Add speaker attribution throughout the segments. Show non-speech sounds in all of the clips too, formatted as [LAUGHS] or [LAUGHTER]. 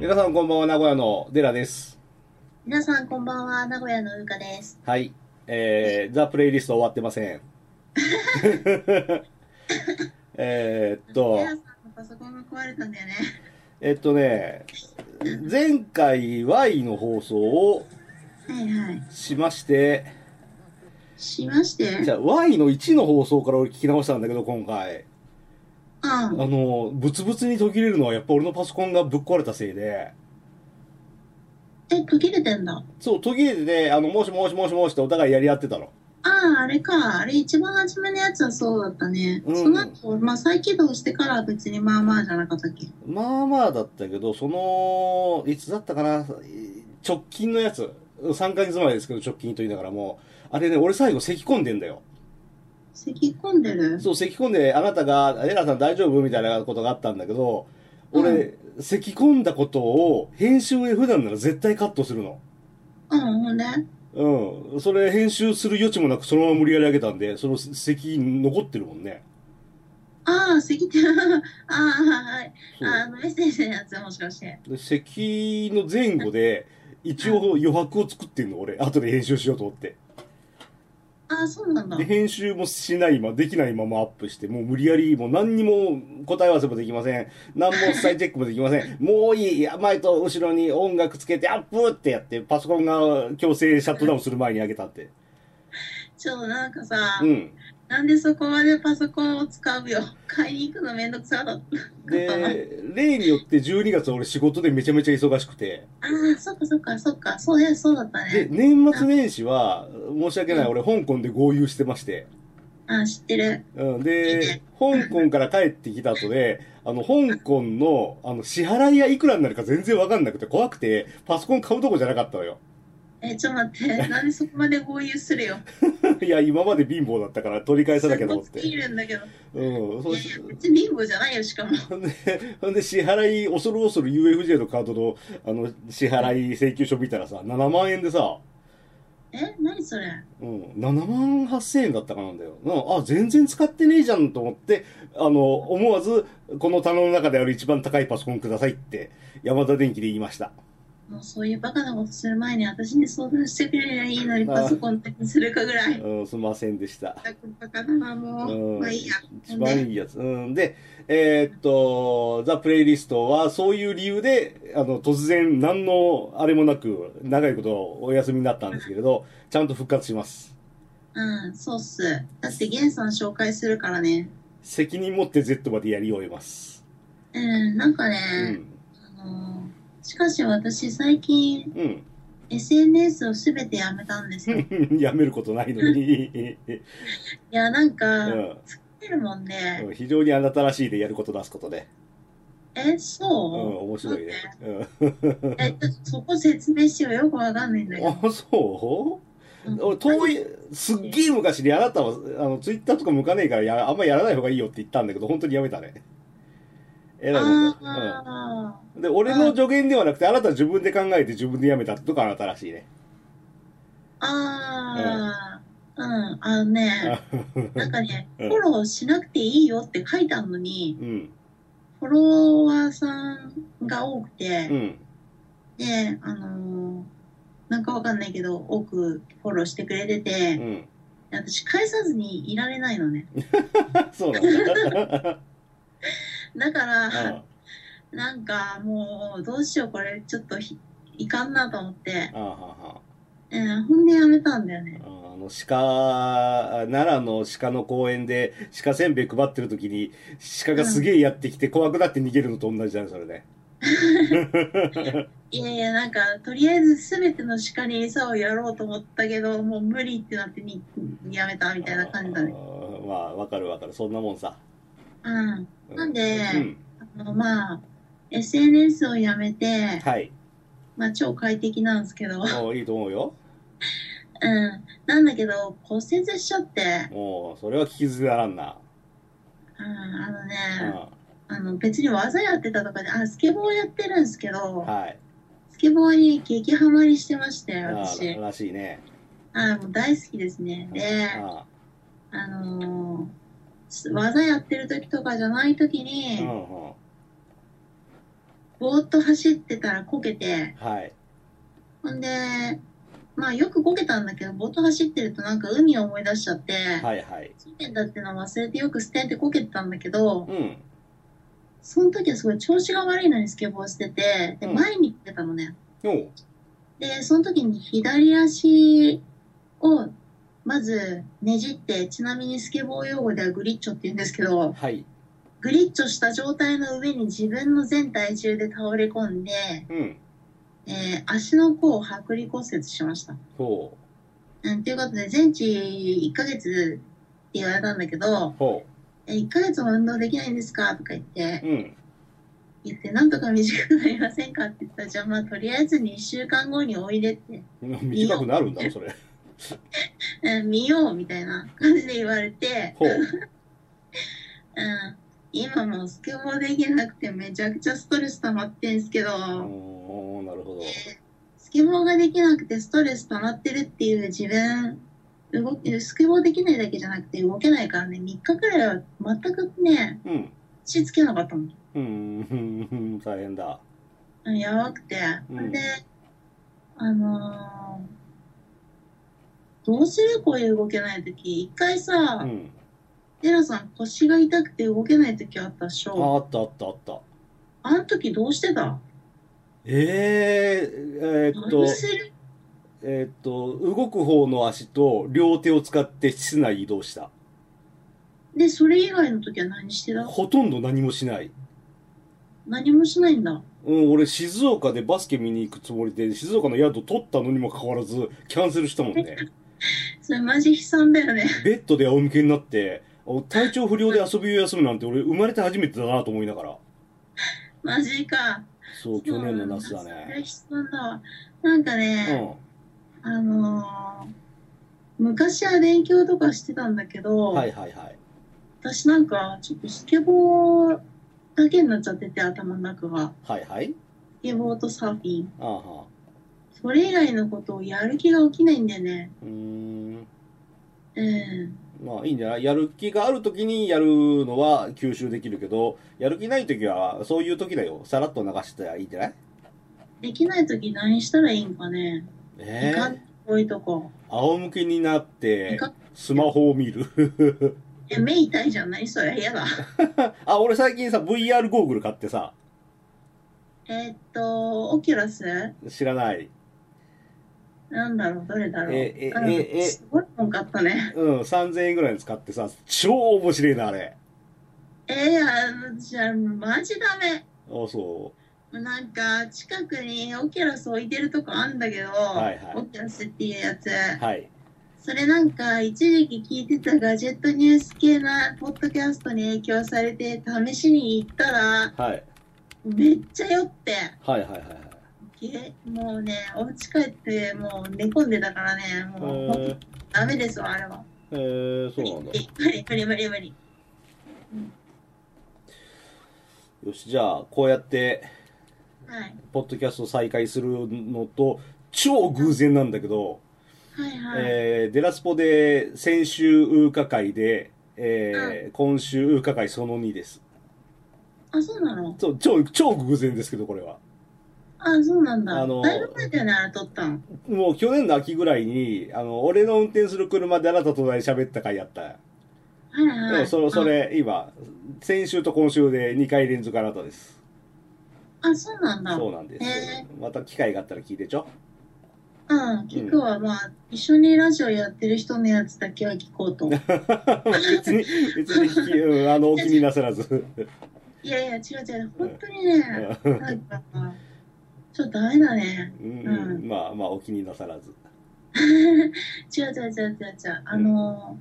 Speaker 1: 皆さんこんばんは、名古屋のデラです。
Speaker 2: 皆さんこんばんは、名古屋のうかです。
Speaker 1: はい。えー、ザ・プレイリスト終わってません。 [LAUGHS] えーっと
Speaker 2: 皆、さんのパソコンが壊れたんだよね。 [LAUGHS]
Speaker 1: えっとね、前回 Y の放送を
Speaker 2: はいはい。
Speaker 1: しまして、
Speaker 2: しまして
Speaker 1: じゃあ Y の1の放送から俺聞き直したんだけど、今回。
Speaker 2: あ
Speaker 1: あの、ブツブツに途切れるのはやっぱ俺のパソコンがぶっ壊れたせいで、
Speaker 2: え、途切れてんだ。
Speaker 1: そう、途切れてね、あの、もしもしもしもしってお互いやり合ってたの。
Speaker 2: ああ、あれか。あれ一番初めのやつはそうだったね。
Speaker 1: うん
Speaker 2: その後、まあ再起動してからは別にまあまあじゃなかったっけ。
Speaker 1: まあまあだったけど、その、いつだったかな、直近のやつ、3ヶ月前ですけど、直近と言いながらもう、あれね、俺最後咳込んでんだよ。
Speaker 2: 咳込んでる
Speaker 1: そう、咳込んで、あなたが、エラさん大丈夫みたいなことがあったんだけど、俺、咳込んだことを、編集で普段なら絶対カットするの。
Speaker 2: うん、ほんで
Speaker 1: うん。それ、編集する余地もなく、そのまま無理やり上げたんで、その咳残ってるもんね。
Speaker 2: ああ、咳って、 [LAUGHS] ああ、はい。
Speaker 1: そう
Speaker 2: ああの、メッセージのやつもしかして。
Speaker 1: で咳の前後で、一応余白を作ってんの、俺。後で編集しようと思って。
Speaker 2: ああ、そうなんだ。
Speaker 1: で編集もしないまできないままアップしてもう無理やりもう何にも答え合わせもできません何も再チェックもできませんもういいいや前と後ろに音楽つけてアップってやってパソコンが強制シャットダウンする前に上げたって
Speaker 2: ちょっとなんかさ、
Speaker 1: うん
Speaker 2: なんでそこまでパソコンを使うよ。買いに行くのめんどくさだった。
Speaker 1: で例によって12月は俺仕事でめちゃめちゃ忙しくて
Speaker 2: ああ、そっかそっかそっか。そうや、そうだった
Speaker 1: で
Speaker 2: ね。
Speaker 1: 年末年始は申し訳ない俺香港で合流してまして
Speaker 2: ああ、知ってる。
Speaker 1: うん、で、香港から帰ってきた後で、あの、香港の、あの、支払いがいくらになるか全然わかんなくて怖くて、パソコン買うとこじゃなかったのよ。 [LAUGHS]
Speaker 2: え、ちょっと待って。なんでそこまで合流するよ。
Speaker 1: いや、今まで貧乏だったから取り返さなきゃと思っ
Speaker 2: すごす
Speaker 1: て。
Speaker 2: ぎるんだけど。い
Speaker 1: うん、そう
Speaker 2: やいや、別に貧乏じゃないよ、しかも。
Speaker 1: ほんで、ほんで支払い、恐る恐る UFJ のカードの、あの、支払い請求書見たらさ、7万円でさ、
Speaker 2: え、何それ。
Speaker 1: うん、7万8000円だったかなんだよ。なあ、全然使ってねえじゃんと思って、あの、思わず、この棚の中である一番高いパソコンくださいって、山田電機で言いました。
Speaker 2: もうそういうバカなことする前に私に相談してくれりゃいいのにパソコンにするかぐらい。
Speaker 1: うん、すみませんでした。
Speaker 2: バカだな、も
Speaker 1: うん
Speaker 2: う。まあいいや。
Speaker 1: 一番いいやつ。うん、で、えーっと、ザ・プレイリストは、そういう理由で、あの、突然、何のあれもなく、長いことお休みになったんですけれど、ちゃんと復活します。
Speaker 2: うん、そうっす。だって、ゲンさん紹介するからね。
Speaker 1: 責任持って Z までやり終えます。
Speaker 2: うん、なんかね、
Speaker 1: うん。
Speaker 2: あのしかし私最近
Speaker 1: うん。
Speaker 2: SNS を全てやめたんですよ。
Speaker 1: [LAUGHS]
Speaker 2: い
Speaker 1: やめることないのに。
Speaker 2: や、なん
Speaker 1: う
Speaker 2: か、疲
Speaker 1: ん
Speaker 2: れるもんね。
Speaker 1: うん。非常にあなたらしいでやること出すことで。
Speaker 2: え、
Speaker 1: うん、
Speaker 2: そう、
Speaker 1: 面白いね。
Speaker 2: え、ちょっとそこ説明しよう。よくわかんないんだけ
Speaker 1: うん。
Speaker 2: ど。
Speaker 1: あ、そう
Speaker 2: うん
Speaker 1: 俺、遠い、すっげえ昔にあなたは、あの、ツイッターとか向かねえからや、あんまやらない方がいいよって言ったんだけど、本当にやめたね。えらいもんだ。
Speaker 2: あ
Speaker 1: うん。で、俺の助言ではなくて、あなたは自分で考えて自分でやめたとかあなたらしいね。
Speaker 2: あ、ああ、うん、あのね、なんかね、
Speaker 1: う
Speaker 2: フ
Speaker 1: ん
Speaker 2: ォローしなくていいよって書いてあるのに、
Speaker 1: うん。
Speaker 2: フォロワーさんが多く
Speaker 1: う
Speaker 2: て、
Speaker 1: ん。
Speaker 2: で、あのーなんかわかんないけど、多くフォローしてくれて
Speaker 1: う
Speaker 2: て、
Speaker 1: ん。 [LAUGHS]
Speaker 2: 私返さずにいられないのね。
Speaker 1: そうなんだ。
Speaker 2: だか
Speaker 1: うん
Speaker 2: ら、なんかもうどうしようこれちょっとひいかんなと思って、
Speaker 1: あはは
Speaker 2: うん、ほんでやめたんだよね。
Speaker 1: あの、鹿、奈良の鹿の公園で鹿せんべい配ってる時に、鹿がすげえやってきて怖くなって逃げるのと同じだね、それね。
Speaker 2: いやいや、なんかとりあえず全ての鹿に餌をやろうと思ったけど、もう無理ってなってにやめたみたいな感じだね。
Speaker 1: あーまあ、わかるわかる。そんなもんさ。
Speaker 2: うん。
Speaker 1: う
Speaker 2: なんで
Speaker 1: うん。
Speaker 2: あの、まあ、SNS をやめて、
Speaker 1: はい。
Speaker 2: まあ超快適なんですけど、うん。
Speaker 1: おーいいと思うよ。
Speaker 2: なんだけど骨折しちゃって、
Speaker 1: もう、それは聞き捨てならんな。
Speaker 2: うん、あのね、
Speaker 1: う
Speaker 2: あの別に技やってたとかで、あ、スケボーやってるんですけど、
Speaker 1: ん。はい。
Speaker 2: スケボーに激ハマりしてましたよ、
Speaker 1: あ
Speaker 2: 私
Speaker 1: ー。らしいね。
Speaker 2: あもう大好きですね。で、
Speaker 1: あ
Speaker 2: あのー技やってる時とかじゃない時
Speaker 1: ーう
Speaker 2: に、
Speaker 1: んうん。
Speaker 2: ぼーっと走ってたらこけて、
Speaker 1: はい。
Speaker 2: ほんで、まあよくこけたんだけど、ぼーっと走ってるとなんか海を思い出しちゃって、
Speaker 1: はいはい。
Speaker 2: 地面だっての忘れてよく捨ててこけてたんだけど
Speaker 1: う、ん。
Speaker 2: その時はすごい調子が悪いのにスケボーしてて、で、
Speaker 1: うん
Speaker 2: 前に行ってたのね。
Speaker 1: おう
Speaker 2: で、その時に左足を、まずねじって、ちなみにスケボー用語ではグリッチョって言うんですけど、
Speaker 1: はい。
Speaker 2: グリッチョした状態の上に自分の全体重で倒れ込んで、
Speaker 1: うん。
Speaker 2: えー足の甲を剥離骨折しました。
Speaker 1: ほ
Speaker 2: うん、ということで、全治1ヶ月って言われたんだけど
Speaker 1: う。、ほ
Speaker 2: えー1ヶ月も運動できないんですかとか言って
Speaker 1: う。、うん。
Speaker 2: 言って、なんとか短くなりませんかって言ったら、じゃあまあ、とりあえず2週間後においでって、
Speaker 1: 短くなるんだろ、それ。
Speaker 2: うん、見ようみたいな感じで言われて、
Speaker 1: ほう。
Speaker 2: うん、今もうスケボーできなくてめちゃくちゃストレス溜まってんすけど、
Speaker 1: おーなるほど。
Speaker 2: スケボーができなくてストレス溜まってるっていう自分、動き、スケボーできないだけじゃなくて動けないからね、3日くらいは全くね、
Speaker 1: うん。
Speaker 2: 血つけなかったもん。
Speaker 1: うんうん、うん大変だ。
Speaker 2: うんやばくて。
Speaker 1: うん
Speaker 2: で、あのーどうするこういう動けない時一回さ、
Speaker 1: うん。
Speaker 2: テラさん腰が痛くて動けない時あったっし
Speaker 1: あ、
Speaker 2: ょ
Speaker 1: あったあったあった。
Speaker 2: あの時どうしてた
Speaker 1: えええーっ
Speaker 2: ど
Speaker 1: と
Speaker 2: う、する
Speaker 1: えーっと、動く方の足と両手を使って室内移動した。
Speaker 2: で、それ以外の時は何してた
Speaker 1: ほとんど何もしない。
Speaker 2: 何もしないんだ。
Speaker 1: うん、俺静岡でバスケ見に行くつもりで、静岡の宿取ったのにもかかわらず、キャンセルしたもんね。
Speaker 2: それマジ悲惨だよね。
Speaker 1: ベッドで仰向けになって、お体調不良で遊びを休むなんて俺生まれて初めてだなと思いながら。
Speaker 2: マジか。
Speaker 1: そう、去年の夏だ
Speaker 2: それ
Speaker 1: ね。
Speaker 2: 悲惨だわ。なんか
Speaker 1: う
Speaker 2: ね、
Speaker 1: ん。
Speaker 2: あのー昔は勉強とかしてたんだけど、
Speaker 1: はいはいはい。
Speaker 2: 私なんか、ちょっとスケボーだけになっちゃってて、頭の中が。
Speaker 1: はいはい。
Speaker 2: スケボーとサーフィン。
Speaker 1: あーは
Speaker 2: それ以外のことをやる気が起きないんだよね。
Speaker 1: ーうーん。
Speaker 2: うん。
Speaker 1: まあいいんじゃないやる気がある時にやるのは吸収できるけど、やる気ない時はそういう時だよ。さらっと流したらいいんじゃない
Speaker 2: できないとき何したらいいんかね。
Speaker 1: ええ
Speaker 2: いかんこういうとこ。
Speaker 1: 仰向けになって
Speaker 2: いかん、
Speaker 1: スマホを見る。
Speaker 2: え、目痛いじゃん。何それ嫌
Speaker 1: [LAUGHS]
Speaker 2: だ。
Speaker 1: あ、俺最近さ、VR ゴーグル買ってさ、
Speaker 2: えーっと、オキュラス
Speaker 1: 知らない。
Speaker 2: なんだろうどれだろう
Speaker 1: ええ
Speaker 2: うん
Speaker 1: ええ
Speaker 2: すごいもん買ったね。
Speaker 1: うん、3000円ぐらいの使ってさ、超面白いな、あれ。
Speaker 2: えいや、じゃあ、マジダメ。
Speaker 1: あ、そ
Speaker 2: なんか、近くにオキュラス置いてるとこあんだけど、
Speaker 1: いはい
Speaker 2: オキュラスっていうやつ。
Speaker 1: う。はい。
Speaker 2: それなんか一時期聞いてたガジェットニュース系なポッドキャストに影響されて試しに行ったら
Speaker 1: はい。
Speaker 2: めっちゃ酔って
Speaker 1: はいはいはいはい。
Speaker 2: げもうねお家帰ってもう寝込んでたからね
Speaker 1: え
Speaker 2: もうほんと
Speaker 1: ー、
Speaker 2: ダメですわあれは
Speaker 1: えー、そう
Speaker 2: 無理
Speaker 1: なん
Speaker 2: 無
Speaker 1: だ。
Speaker 2: 理無理無理無理無理
Speaker 1: よし、じゃあ、こうやって、
Speaker 2: はい
Speaker 1: ポッドキャスト再開するのと、超偶然なんだけど、
Speaker 2: はいはい、
Speaker 1: えー、デラスポで先週、ウーカ会で、えー、今週、ウーカ会その2です。
Speaker 2: あそうなの
Speaker 1: そう、超、超偶然ですけど、これは。
Speaker 2: あそうなんだ、
Speaker 1: あのー
Speaker 2: だいぶ前だよねあれ撮ったの
Speaker 1: もう去年の秋ぐらいに、あの、俺の運転する車であなたと隣で喋った回やった。
Speaker 2: はいはい、
Speaker 1: うん、それ、それ、今、先週と今週で2回連続あなたです。
Speaker 2: ああそうなんだ
Speaker 1: そううなんです
Speaker 2: へ。
Speaker 1: また機会があったら聞いてちょ。 [LAUGHS]
Speaker 2: ん聞くわ、まあ一緒にラジオやってる人のやつだけは聞こうと
Speaker 1: 別に、別に聞き、うん、あの、お気になさらず。
Speaker 2: いやいや、違う違う、本当にね、なんか、ちょっとダメだね。
Speaker 1: うん、
Speaker 2: う
Speaker 1: うん、まあまあ、お気になさらず。
Speaker 2: 違う違う違う違う違う、あの、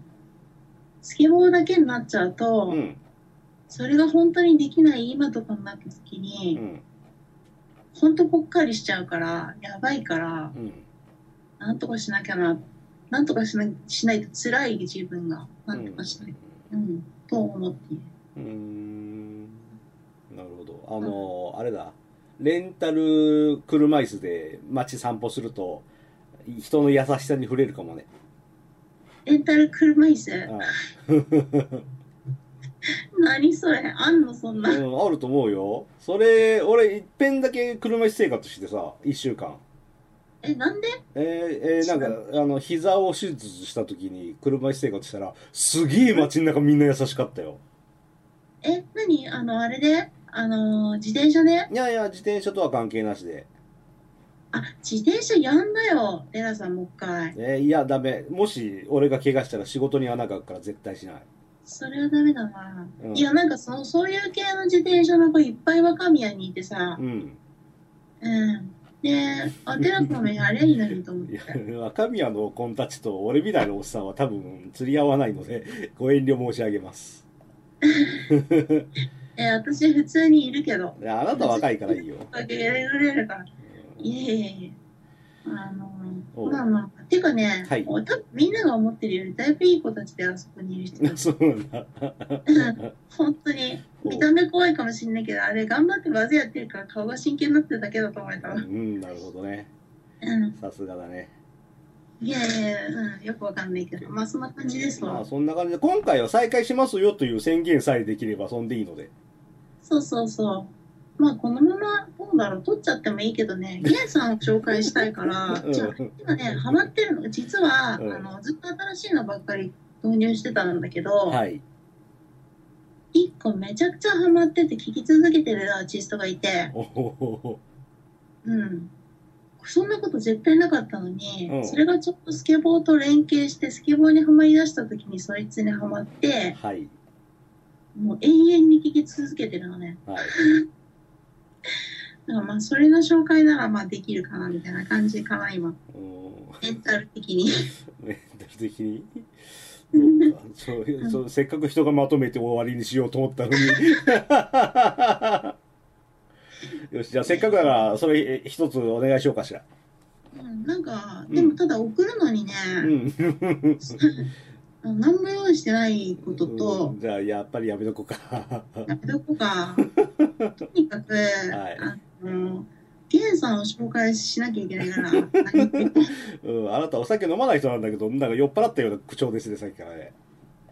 Speaker 2: スケボーだけになっちゃうと、
Speaker 1: うん、
Speaker 2: それが本当にできない今とかになった時
Speaker 1: う
Speaker 2: に、
Speaker 1: ん、
Speaker 2: 本当ぽっかりしちゃうから、やばいから、
Speaker 1: うん。
Speaker 2: なんとかしなきゃな、なんとかしなしないと辛い自分が、なんとかしない。うん、と思っている。
Speaker 1: うーんなるほど。あの、あれだ。レンタル車椅子で街散歩すると、人の優しさに触れるかもね。
Speaker 2: レンタル車椅子、
Speaker 1: うん
Speaker 2: 何それあんのそんな。
Speaker 1: うん、あると思うよ。それ、俺、一遍だけ車椅子生活してさ、一週間。
Speaker 2: え、なんで
Speaker 1: えーえーなんか、あの、膝を手術した時に車椅子生活したら、すげえ街の中みんな優しかったよ。
Speaker 2: え、何あの、あれであのー、自転車で
Speaker 1: いやいや、自転車とは関係なしで。
Speaker 2: あ、自転車やんなよ。レラさん、もう一回。
Speaker 1: えーいや、ダメ。もし、俺が怪我したら仕事に穴が開くから絶対しない。
Speaker 2: それはダメだな。
Speaker 1: うん
Speaker 2: いや、なんかその、そういう系の自転車の子いっぱい若宮にいてさ。
Speaker 1: うん。
Speaker 2: うん。で、あ、テラさんもやりゃいいのにと思っ
Speaker 1: い
Speaker 2: て。
Speaker 1: や、若宮のコンたちと俺みたいなおっさんは多分釣り合わないので、 [LAUGHS] ご遠慮申し上げます。
Speaker 2: え、私普通にいるけど。
Speaker 1: いやあなた若いからいいよ。
Speaker 2: だけやれるから。
Speaker 1: うん
Speaker 2: いえいえいえ。あの
Speaker 1: おう
Speaker 2: まあまあ。てかね、
Speaker 1: はい
Speaker 2: もう多分みんなが思ってるよりだいぶいい子たちであそこにいる人たち。
Speaker 1: そうなん [LAUGHS] だ。
Speaker 2: [LAUGHS] 本当に。見た目怖いかもしんないけど、あれ頑張って技やってるから顔が真剣になってるだけだと思えた
Speaker 1: う
Speaker 2: わ。
Speaker 1: ん、なるほどね。
Speaker 2: うん。
Speaker 1: さすがだね。
Speaker 2: いやいやいや、うん。よくわかんないけど。まあそんな感じです
Speaker 1: ま
Speaker 2: わ
Speaker 1: あ、。そんな感じで、今回は再開しますよという宣言さえできれば、そんでいいので。
Speaker 2: そうそうそう。まあこのまま、どうだろう、取っちゃってもいいけ
Speaker 1: [LAUGHS]
Speaker 2: どね、ゲンさんを紹介したいから、
Speaker 1: うん
Speaker 2: じゃあ今ね、ハマってるのが、実は、
Speaker 1: うん
Speaker 2: あのずっと新しいのばっかり導入してたんだけど、
Speaker 1: はい。
Speaker 2: 一個めちゃくちゃハマってて聴き続けてるアーティストがいて、
Speaker 1: おお
Speaker 2: うん。そんなこと絶対なかったのに、
Speaker 1: うん
Speaker 2: それがちょっとスケボーと連携して、スケボーにハマり出した時にそいつにハマって、
Speaker 1: はい。
Speaker 2: もう永遠に聴き続けてるのね。
Speaker 1: はい。
Speaker 2: だからまあ、それの紹介ならまあできるかな、みたいな感じかな、今。
Speaker 1: うん
Speaker 2: メンタル的に。
Speaker 1: メンタル的
Speaker 2: [LAUGHS]
Speaker 1: にそうかそうそうせっかく人がまとめて終わりにしようと思ったの
Speaker 2: [LAUGHS]
Speaker 1: によしじゃあせっかくだからそれえ一つお願いしようかしら
Speaker 2: うん、なんか、
Speaker 1: うん
Speaker 2: でもただ送るのにね、
Speaker 1: うん
Speaker 2: あの [LAUGHS] 何も用意してないこと
Speaker 1: う
Speaker 2: と
Speaker 1: ん、じゃあやっぱりやめとこうか [LAUGHS]
Speaker 2: やめとこうか、とにかく、
Speaker 1: はい
Speaker 2: あの、ゲンさんを紹介しなきゃいけないから、何言っても
Speaker 1: うんあなたお酒飲まない人なんだけどなんか酔っ払ったような口調ですねさっきからね、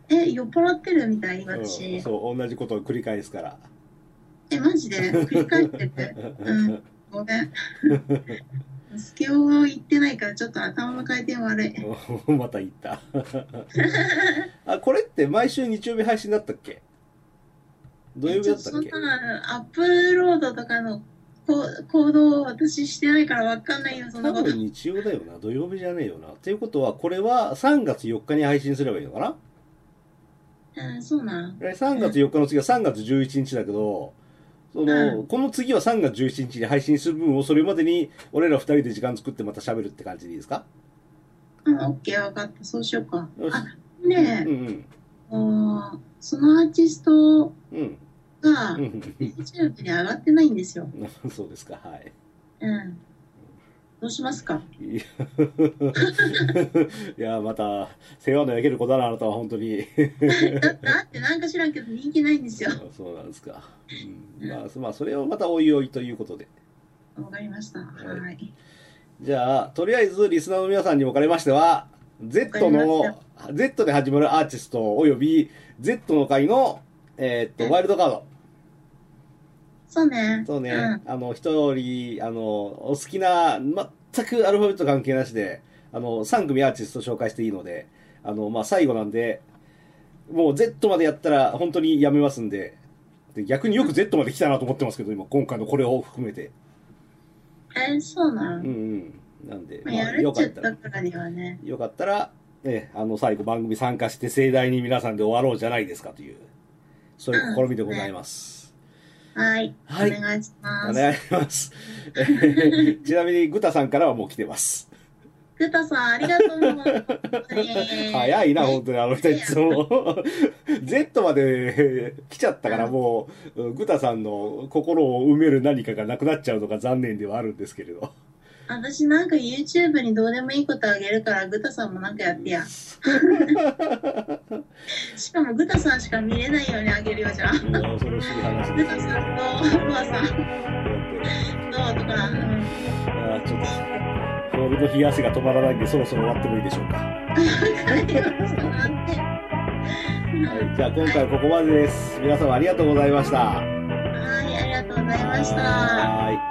Speaker 2: え、酔っ払ってるみたい、
Speaker 1: うん、
Speaker 2: 私。
Speaker 1: そう同じことを繰り返すから
Speaker 2: え、マジで繰り返っ
Speaker 1: [LAUGHS]
Speaker 2: てて。うん、ごめん。スケオを言ってないから、ちょっと頭の回転悪い。
Speaker 1: うん [LAUGHS] また言ったあこれって毎週日曜日配信だったっけ土曜日だったっけ
Speaker 2: ちょとそんなアップロードとかのこ行動を私してないからわかんないよ、そんな
Speaker 1: 多
Speaker 2: こと。
Speaker 1: 分日曜だよな土曜日じゃねえよなっていうことはこれは3月4日に配信すればいいのかな
Speaker 2: うん、そうなん。
Speaker 1: え3月4日の次は3月11日だけどその、この次は3月17日に配信する分をそれまでに俺ら2人で時間作ってまた喋るって感じでいいですか
Speaker 2: うん、オッケー、わかった。そうしようか。
Speaker 1: よし
Speaker 2: あ、
Speaker 1: う
Speaker 2: ねえ、
Speaker 1: ん
Speaker 2: あーそのアーティスト
Speaker 1: うんうん
Speaker 2: が
Speaker 1: うん [LAUGHS]
Speaker 2: YouTube に上がってないんですよ。
Speaker 1: そうですかはい
Speaker 2: うん。どうしますか
Speaker 1: いや [LAUGHS] いやまた世話の焼ける子だなあなたは本当
Speaker 2: [LAUGHS]
Speaker 1: に
Speaker 2: だってだってなんか知らんけど人気ないんですよ。
Speaker 1: そうなんですか、うんまあ、そまあそれをまたおいおいということで
Speaker 2: わかりました。はい。
Speaker 1: じゃあ、とりあえずリスナーの皆さんにおかれましては、Z
Speaker 2: わ
Speaker 1: の、Z で始まるアーティストおよび Z の会の、えーっ
Speaker 2: うん
Speaker 1: と、ワイルドカード。
Speaker 2: そうね。
Speaker 1: そうね、
Speaker 2: うん
Speaker 1: あの、一人、あの、お好きな、全くアルファベット関係なしで、あの、3組アーティスト紹介していいので、あの、まあ、最後なんで、もう Z までやったら本当にやめますんで、で逆によく Z まで来たなと思ってますけど、今、今回のこれを含めて。
Speaker 2: えーそうな
Speaker 1: うん
Speaker 2: ん。
Speaker 1: うん。なんで、
Speaker 2: まあ、や
Speaker 1: あ
Speaker 2: るっ
Speaker 1: よ
Speaker 2: ち
Speaker 1: か
Speaker 2: ゃ
Speaker 1: っ
Speaker 2: った
Speaker 1: ら
Speaker 2: たからにはね。
Speaker 1: よかったら、ええあの、最後番組参加して盛大に皆さんで終わろうじゃないですかという、そういう試みでございます。
Speaker 2: はい。
Speaker 1: はい
Speaker 2: お願いしま
Speaker 1: お
Speaker 2: す。
Speaker 1: 願いします。 [LAUGHS] えへへちなみに、グタさんからはもう来てます。
Speaker 2: グタさん、ありがとう。本当に
Speaker 1: [LAUGHS] 早いな、本当に、あの人いつも。Z までえー来ちゃったから、もう、うんグタさんの心を埋める何かがなくなっちゃうのが残念ではあるんですけれど。
Speaker 2: 私なんか YouTube にどうでもいいことあげるから、グタさんもなんかやっ
Speaker 1: [LAUGHS]
Speaker 2: てや。しかもグタさんしか見れないようにあげるよ、じゃあ。
Speaker 1: うん恐ろしい話です
Speaker 2: グタ
Speaker 1: ね。
Speaker 2: さんと、ボアさん
Speaker 1: [LAUGHS]
Speaker 2: と、とか、うん
Speaker 1: あーちょっと、ボールの冷や汗が止まらないんで、そろそろ終わってもいいでしょうか。
Speaker 2: 帰ってくださいなんて。
Speaker 1: はい、じゃあ今回ここまでです。皆様ありがとうございました。
Speaker 2: はい、ありがとうございました。
Speaker 1: はーい。